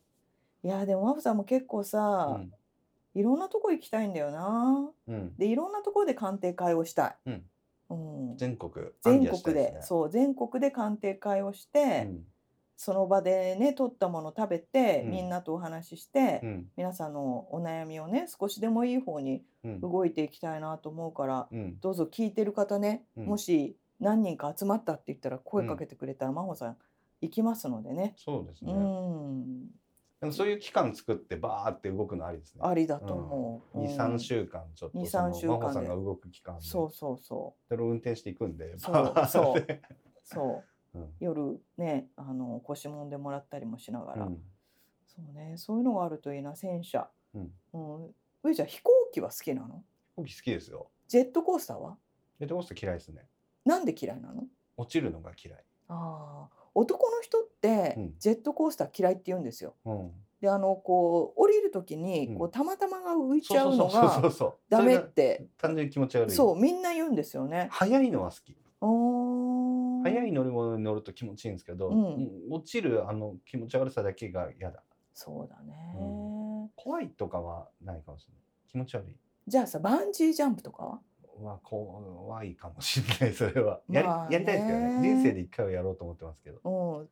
S1: いやでも真帆さんも結構
S2: う
S1: さ、
S2: ん
S1: いろんなとこ行きたいんだよな
S2: うん、
S1: でいろんなところで鑑定会をしたい、うん
S2: 全国
S1: 全国で
S2: そう
S1: そう全国で鑑定会をして、
S2: ん
S1: その場でね取ったもの食べて、
S2: うん
S1: みんなとお話しして、
S2: うん
S1: 皆さんのお悩みをね少しでもいい方に
S2: うん
S1: 動いていきたいなと思うから、
S2: うん
S1: どうぞ聞いてる方ね、
S2: うん
S1: もし何人か集まったって言ったら声かけてくれたら、真帆さん行きますのでね。
S2: そうです
S1: う
S2: ね、
S1: ん、
S2: なんかそういう期間作ってバーって動くのありですね
S1: ありだと思う。
S2: 二
S1: うん
S2: 三週間ちょっと
S1: 二
S2: その
S1: 三週間で
S2: 真帆さんが動く期間で
S1: そうそうそ
S2: それを運転していくんで
S1: そう
S2: バーって
S1: そううそう
S2: うん
S1: 夜ねあの腰もんでもらったりもしなが
S2: う
S1: ら、
S2: ん
S1: そうねそういうのがあるといいな戦車、
S2: うん
S1: うん上ちゃん飛行機は好きなの
S2: 飛行機好きですよ。
S1: ジェットコースターは
S2: ジェットコースター嫌いですね。
S1: なんで嫌いなの
S2: 落ちるのが嫌い。
S1: あー男の人って
S2: うん
S1: ジェットコースター嫌いって言うんですよ。
S2: うん。
S1: であのこう降りる時にこ
S2: う
S1: うんたまたまが浮いち
S2: そ
S1: ゃう
S2: うそ
S1: の
S2: うそうそ
S1: が
S2: うそう。
S1: ダメっ
S2: それが
S1: て
S2: 単純に気持ち悪い。
S1: そうみんな言うんですよね。
S2: 速いのは好き。速
S1: 早
S2: い乗り物に乗ると気持ちいいんですけど、
S1: うん
S2: うん落ちるあの気持ち悪さだけが嫌だ。
S1: そうだね、
S2: う怖いとかはないかもしれない。気持ち悪い。
S1: じゃあさバンジージャンプとかは
S2: は怖いかもしれないそれはやり,、
S1: まあね
S2: やりたいですけどね人生で一回はやろうと思ってますけど、
S1: うん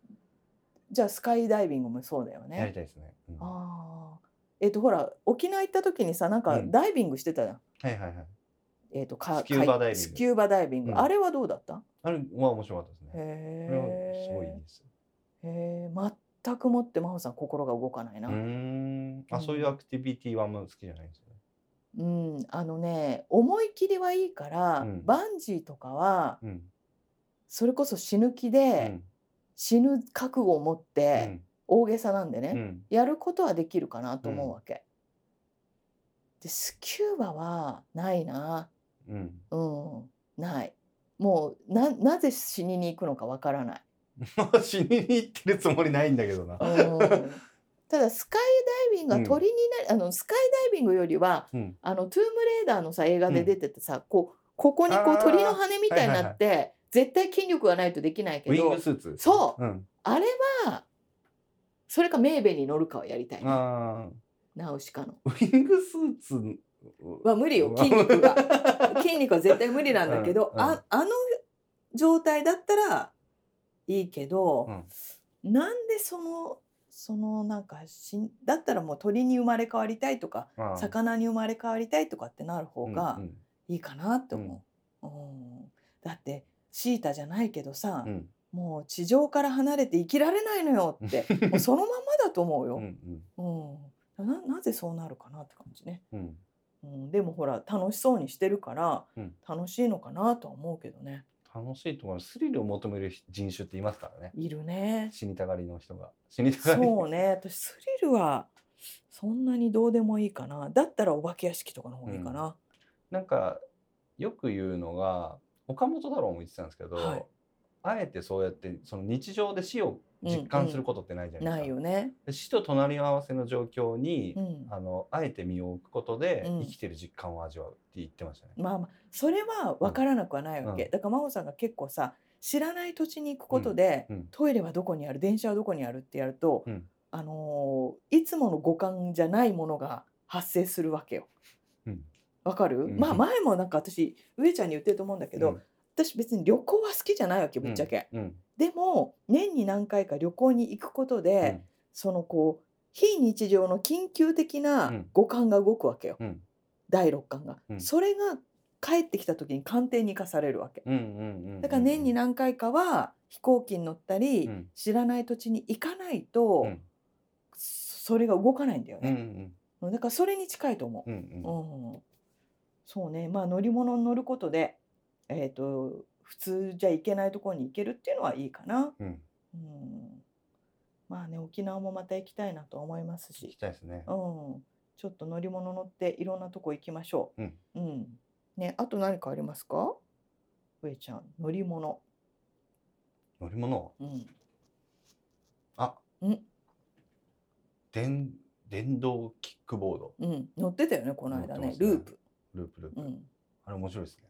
S1: じゃあスカイダイビングもそうだよ
S2: やり
S1: ね。
S2: たいですね、うんは
S1: あーえっとほら沖縄行った時にさなんか
S2: うん
S1: ダイビングしてたじゃん。
S2: いはいはい
S1: えっとか
S2: スキューバダイ
S1: 海
S2: ビング
S1: スキューバダイビング、
S2: うん
S1: あれはどうだった
S2: あれは面白かったですね
S1: へ
S2: これはすごいいいです
S1: えー、全くもって真帆さん心が動かないな、
S2: うー
S1: うん
S2: ん
S1: う
S2: あ
S1: ん
S2: そういうアクティビティはあんま好きじゃないんですよね
S1: あのね思い切りはいいから、
S2: うん
S1: バンジーとかは
S2: うん
S1: それこそ死ぬ気
S2: う
S1: で、
S2: ん
S1: 死ぬ覚悟を持って、大げさなんでね、
S2: うんうん
S1: やることはできるかなと思
S2: う
S1: うんわけ、でスキューバはないな
S2: うん
S1: うんないもうななぜ死にに行くのかわからない、
S2: 死にに行ってるつもりないんだけど
S1: う
S2: な
S1: ん ただスカイダイビングは鳥になり、あのスカイダイビングよりは
S2: うん
S1: あのトゥームレーダーのさ映画
S2: う
S1: で
S2: ん
S1: 出てたさ、こうここにこ
S2: あ
S1: う
S2: ー
S1: 鳥の羽みたいに
S2: はいは
S1: ない
S2: はい
S1: って、絶対筋力がないとできないけ
S2: ウィン
S1: ど
S2: グスーツ、
S1: そう
S2: うん、
S1: あれはそれかメーベに乗るかをやりたいな
S2: あー
S1: ナウシカの
S2: ウィングスーツ
S1: は無理よ筋肉 が筋肉は絶対無理なんだけど、
S2: うんうん
S1: ああの状態だったらいいけど、なんでそのそのなんかしんだったらもう鳥に生まれ変わりたいとか
S2: あー
S1: 魚に生まれ変わりたいとかってなる方
S2: うん
S1: が、
S2: うん
S1: いいかなって思う、うんだってシータじゃないけどさ、
S2: うん
S1: もう地上から離れて生きられないのよって もうそのまんまだと思う
S2: う
S1: よ、
S2: ん
S1: うんななぜそうなるかなって感じね、
S2: うん
S1: うん、でもほら楽しそうにしてるから、
S2: うん
S1: 楽しいのかなとは思うけどね
S2: 楽しいところスリルを求める人種っていますからね
S1: いる ね
S2: 死にたがりの人が死にたがり
S1: そうね私スリルはそんなにどうでもいいかなだったらお化け屋敷とかの方がいいかな、
S2: なんかよく言うのが岡本太郎も言ってたんですけど、
S1: はい
S2: あえてそうやってその日常で死を実感することってないじゃな
S1: な
S2: いで
S1: い
S2: すか、
S1: よね、
S2: で死と隣り合わせの状況に、
S1: うん、
S2: あのあえて身を置くことで
S1: うん
S2: 生きてる実感を味わうって言ってましたね。
S1: まあまあそれは分からなくはないわけ、
S2: うん
S1: だから真帆さんが結構さ知らない土地に行くことで、
S2: うんうん
S1: トイレはどこにある電車はどこにあるってやると、
S2: うん
S1: あのーいつもの五感じゃないものが発生するわけよ。
S2: うん
S1: わかる、
S2: ん
S1: まあ前もなんか私上ちゃんに言ってると思うんだけど、私別に旅行は好きじゃないわけぶっちゃけ、
S2: うん、うん
S1: でも年に何回か旅行に行くことで、そのこう非日常の緊急的
S2: う
S1: なん五感が動くわけよ、
S2: うん
S1: 第六感が、
S2: うん
S1: それが帰ってきた時に鑑定に生かされるわけ、
S2: うんうんうんうん
S1: だから年に何回かは飛行機に乗ったり、
S2: うん
S1: 知らない土地に行かないと、
S2: うん
S1: それが動かないんだよ
S2: うんう
S1: ね、
S2: ん
S1: だからそれに近いと思う、
S2: うんうん
S1: うんそうねまあ乗り物に乗ることで、えー、と普通じゃ行けないところに行けるっていうのはいいかな、
S2: うん
S1: うん、まあね沖縄もまた行きたいなと思います
S2: 行き
S1: し、
S2: たいですね
S1: う。ん、ちょっと乗り物乗っていろんなとこ行きましょう、
S2: うん
S1: ね、あと何かありますか上ちゃん乗り物、
S2: 乗り物
S1: うん、
S2: あ
S1: うん
S2: 電電動キックボード
S1: うん、乗ってたよねこの間
S2: 乗ってま
S1: ね
S2: したね
S1: ループ、
S2: ループループ、
S1: うん、
S2: あれ面白いですね。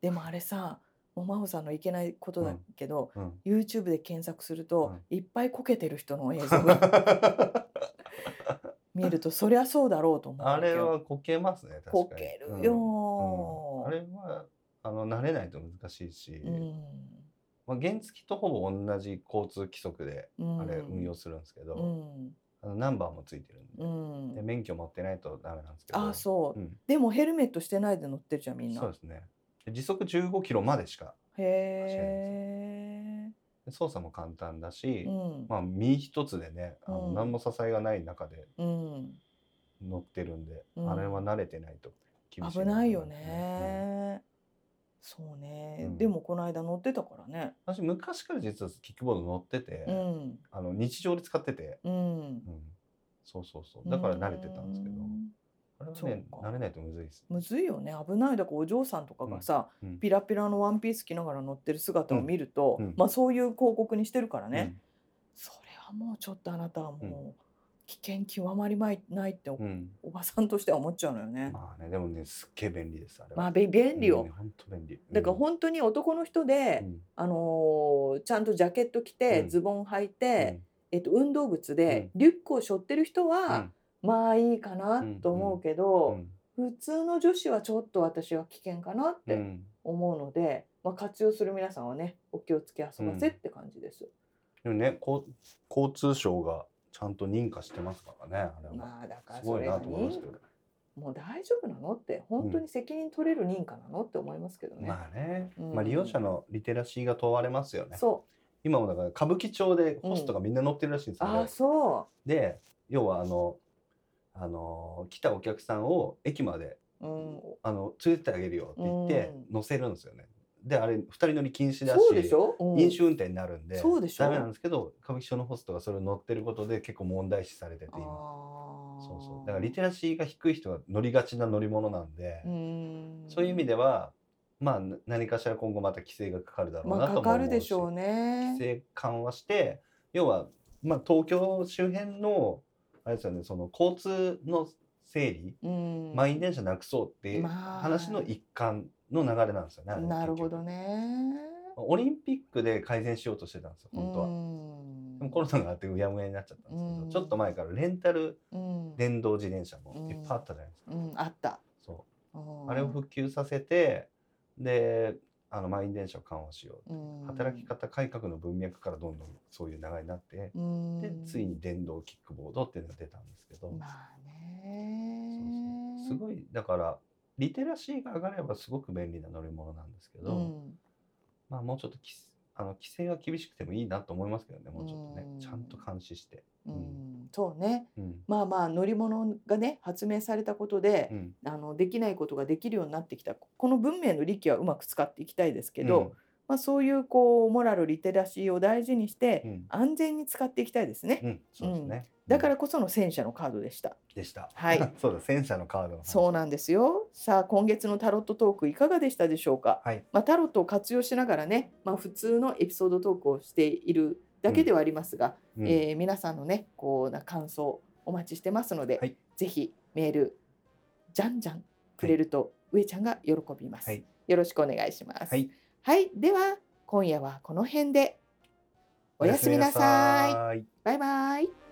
S1: でもあれさもう真帆さんのいけないことだけど、
S2: うん
S1: YouTube で検索すると、いっぱいこけてる人の映像 が見るとそりゃそうだろうと思う
S2: あ
S1: わけ
S2: れ
S1: よ
S2: はこけますね。確かに
S1: こける
S2: うん
S1: よ、
S2: うんあれはあの慣れないと難しいし、
S1: うん
S2: まあ原付とほぼ同じ交通規則で
S1: うん
S2: あれ運用するんですけど、
S1: うん
S2: あのナンバーもついてるんで,、
S1: うん
S2: で免許持ってないとダメなんですけど。
S1: あそう、
S2: うん
S1: でもヘルメットしてないで乗ってるじゃんみんな
S2: そうですね。で時速15キロまでしか
S1: へ
S2: で操作も簡単だし
S1: え、うん、
S2: まあ身一つでね、あ
S1: う
S2: の
S1: ん
S2: 何も支えがない中で
S1: うん、
S2: 乗ってるんで、
S1: うん
S2: あれは慣れてないと厳しい
S1: 危
S2: な
S1: ないよね、
S2: うん
S1: そうね、
S2: うん
S1: でもこの間乗ってたからね
S2: 私昔から実はキックボード乗ってて、
S1: うん
S2: あの日常で使ってて、
S1: うん
S2: うんそうそうそうだから慣れてたんですけど、
S1: うん
S2: ああれはね
S1: そうか
S2: 慣れないとむずいです。
S1: むずいよね危ないだからお嬢さんとかがさ、
S2: うんうん
S1: ピラピラのワンピース着ながら乗ってる姿を見ると、
S2: うんうん
S1: まあそういう広告にしてるからね、それはもうちょっとあなたはもう危険極まりまいないってお,、
S2: うん。うん。
S1: ばさんとしては思っちゃうのよね。
S2: まあねでもねすっげえ便利ですあれは。
S1: まあべ便利
S2: う
S1: を
S2: ん。本当便利。
S1: だから
S2: ん
S1: 本当に男の人で、
S2: うん
S1: あのーちゃんとジャケット着て、
S2: うん
S1: ズボン履いて、えっと、運動靴で、リュックを背負ってる人
S2: うん
S1: は、まあいいかなと思うけ
S2: う
S1: ど、
S2: ん
S1: 普通の女子はちょっと私は危険かなっ
S2: う
S1: て
S2: ん
S1: 思うので、まあ、活用する皆さんはねお気をつけ遊ばせ
S2: う
S1: っ
S2: ん
S1: て感じです。
S2: でもねこう交通省がちゃんと認可してますからねあれは。
S1: まあだから
S2: す
S1: そ
S2: ごい
S1: れ
S2: な
S1: が
S2: と思います
S1: 認
S2: けど。
S1: もう大丈夫なのって本当に責任取れる認可なのって思いますけどね。
S2: まあね、
S1: うん
S2: まあ利用者のリテラシーが問われますよね。
S1: そう
S2: 今もだから歌舞伎町でホストがみんな乗ってるらしいんですよね。
S1: ああそ
S2: で要はあのあの来たお客さんを駅まで
S1: う、うん、
S2: あの連れてってあげるよって言って
S1: うん
S2: 乗せるんですよね。であれ二人乗り禁止だし
S1: そうでしょ、うん
S2: 飲酒運転になるんで
S1: そうでしょ
S2: ダメなんですけど歌舞伎町のホストがそれを乗ってることで結構問題視されてて
S1: あ
S2: 今
S1: ー
S2: そうそうだからリテラシーが低い人が乗りがちな乗り物なんで、
S1: うん
S2: そういう意味ではまあな何かしら今後また規制がかかるだろう
S1: ま
S2: な
S1: あ
S2: とも思
S1: か
S2: うし、
S1: かるでしょうね
S2: 規。制緩和して要は、まあ、東京周辺のあれですよねその交通の整理、
S1: うん、
S2: 満員電車なくそうっていう
S1: まあ
S2: 話の一環の流れなんですよね。あれ結局
S1: なるほどね。
S2: オリンピックで改善しようとしてたんですよ本当は。
S1: うん、
S2: でもコロナがあってうやむやになっちゃったんですけど、
S1: うん
S2: ちょっと前からレンタル
S1: うん、
S2: 電動自転車もいっぱいあったじゃないですか。
S1: うん、あった。
S2: そううんあれを普及させてであの満員電車を緩和しよう
S1: うん
S2: 働き方改革の文脈からどんどんそういう流れになって、
S1: うん
S2: でついに電動キックボードっていうのが出たんですけど、
S1: まあ
S2: そう
S1: ね
S2: そうすごいだからリテラシーが上がればすごく便利な乗り物なんですけど、
S1: うん
S2: まあもうちょっときあの規制が厳しくてもいいなと思いますけどねもうちょっとね、
S1: うん
S2: ちゃんと監視して。
S1: う
S2: うん
S1: ん、そうね
S2: うん
S1: まあまあ乗り物がね発明されたことで
S2: う、ん
S1: あのできないことができるようになってきたこの文明の利器はうまく使っていきたいですけど、、まあ、そういうこうモラルリテラシーを大事にして、
S2: うんうん
S1: 安全に使っていきたいですね、
S2: うんそうですね、
S1: だかららこその戦車のカードでした、
S2: でした。
S1: はい。
S2: そうだ戦車のカードの話
S1: そうなんですよさあ今月のタロットトークいかがでしたでしょうか、
S2: はい
S1: まあ、タロットを活用しながらね、まあ、普通のエピソードトークをしているだけではありますが、
S2: うん
S1: えー皆さんのねこうな感想お待ちしてますので、
S2: はい
S1: ぜひメールじゃんじゃんくれると上ちゃんが喜びます、
S2: はい
S1: よろしくお願いします
S2: はい、
S1: はいでは今夜はこの辺でおやすみなさい
S2: おやすみなさい。
S1: バイバイ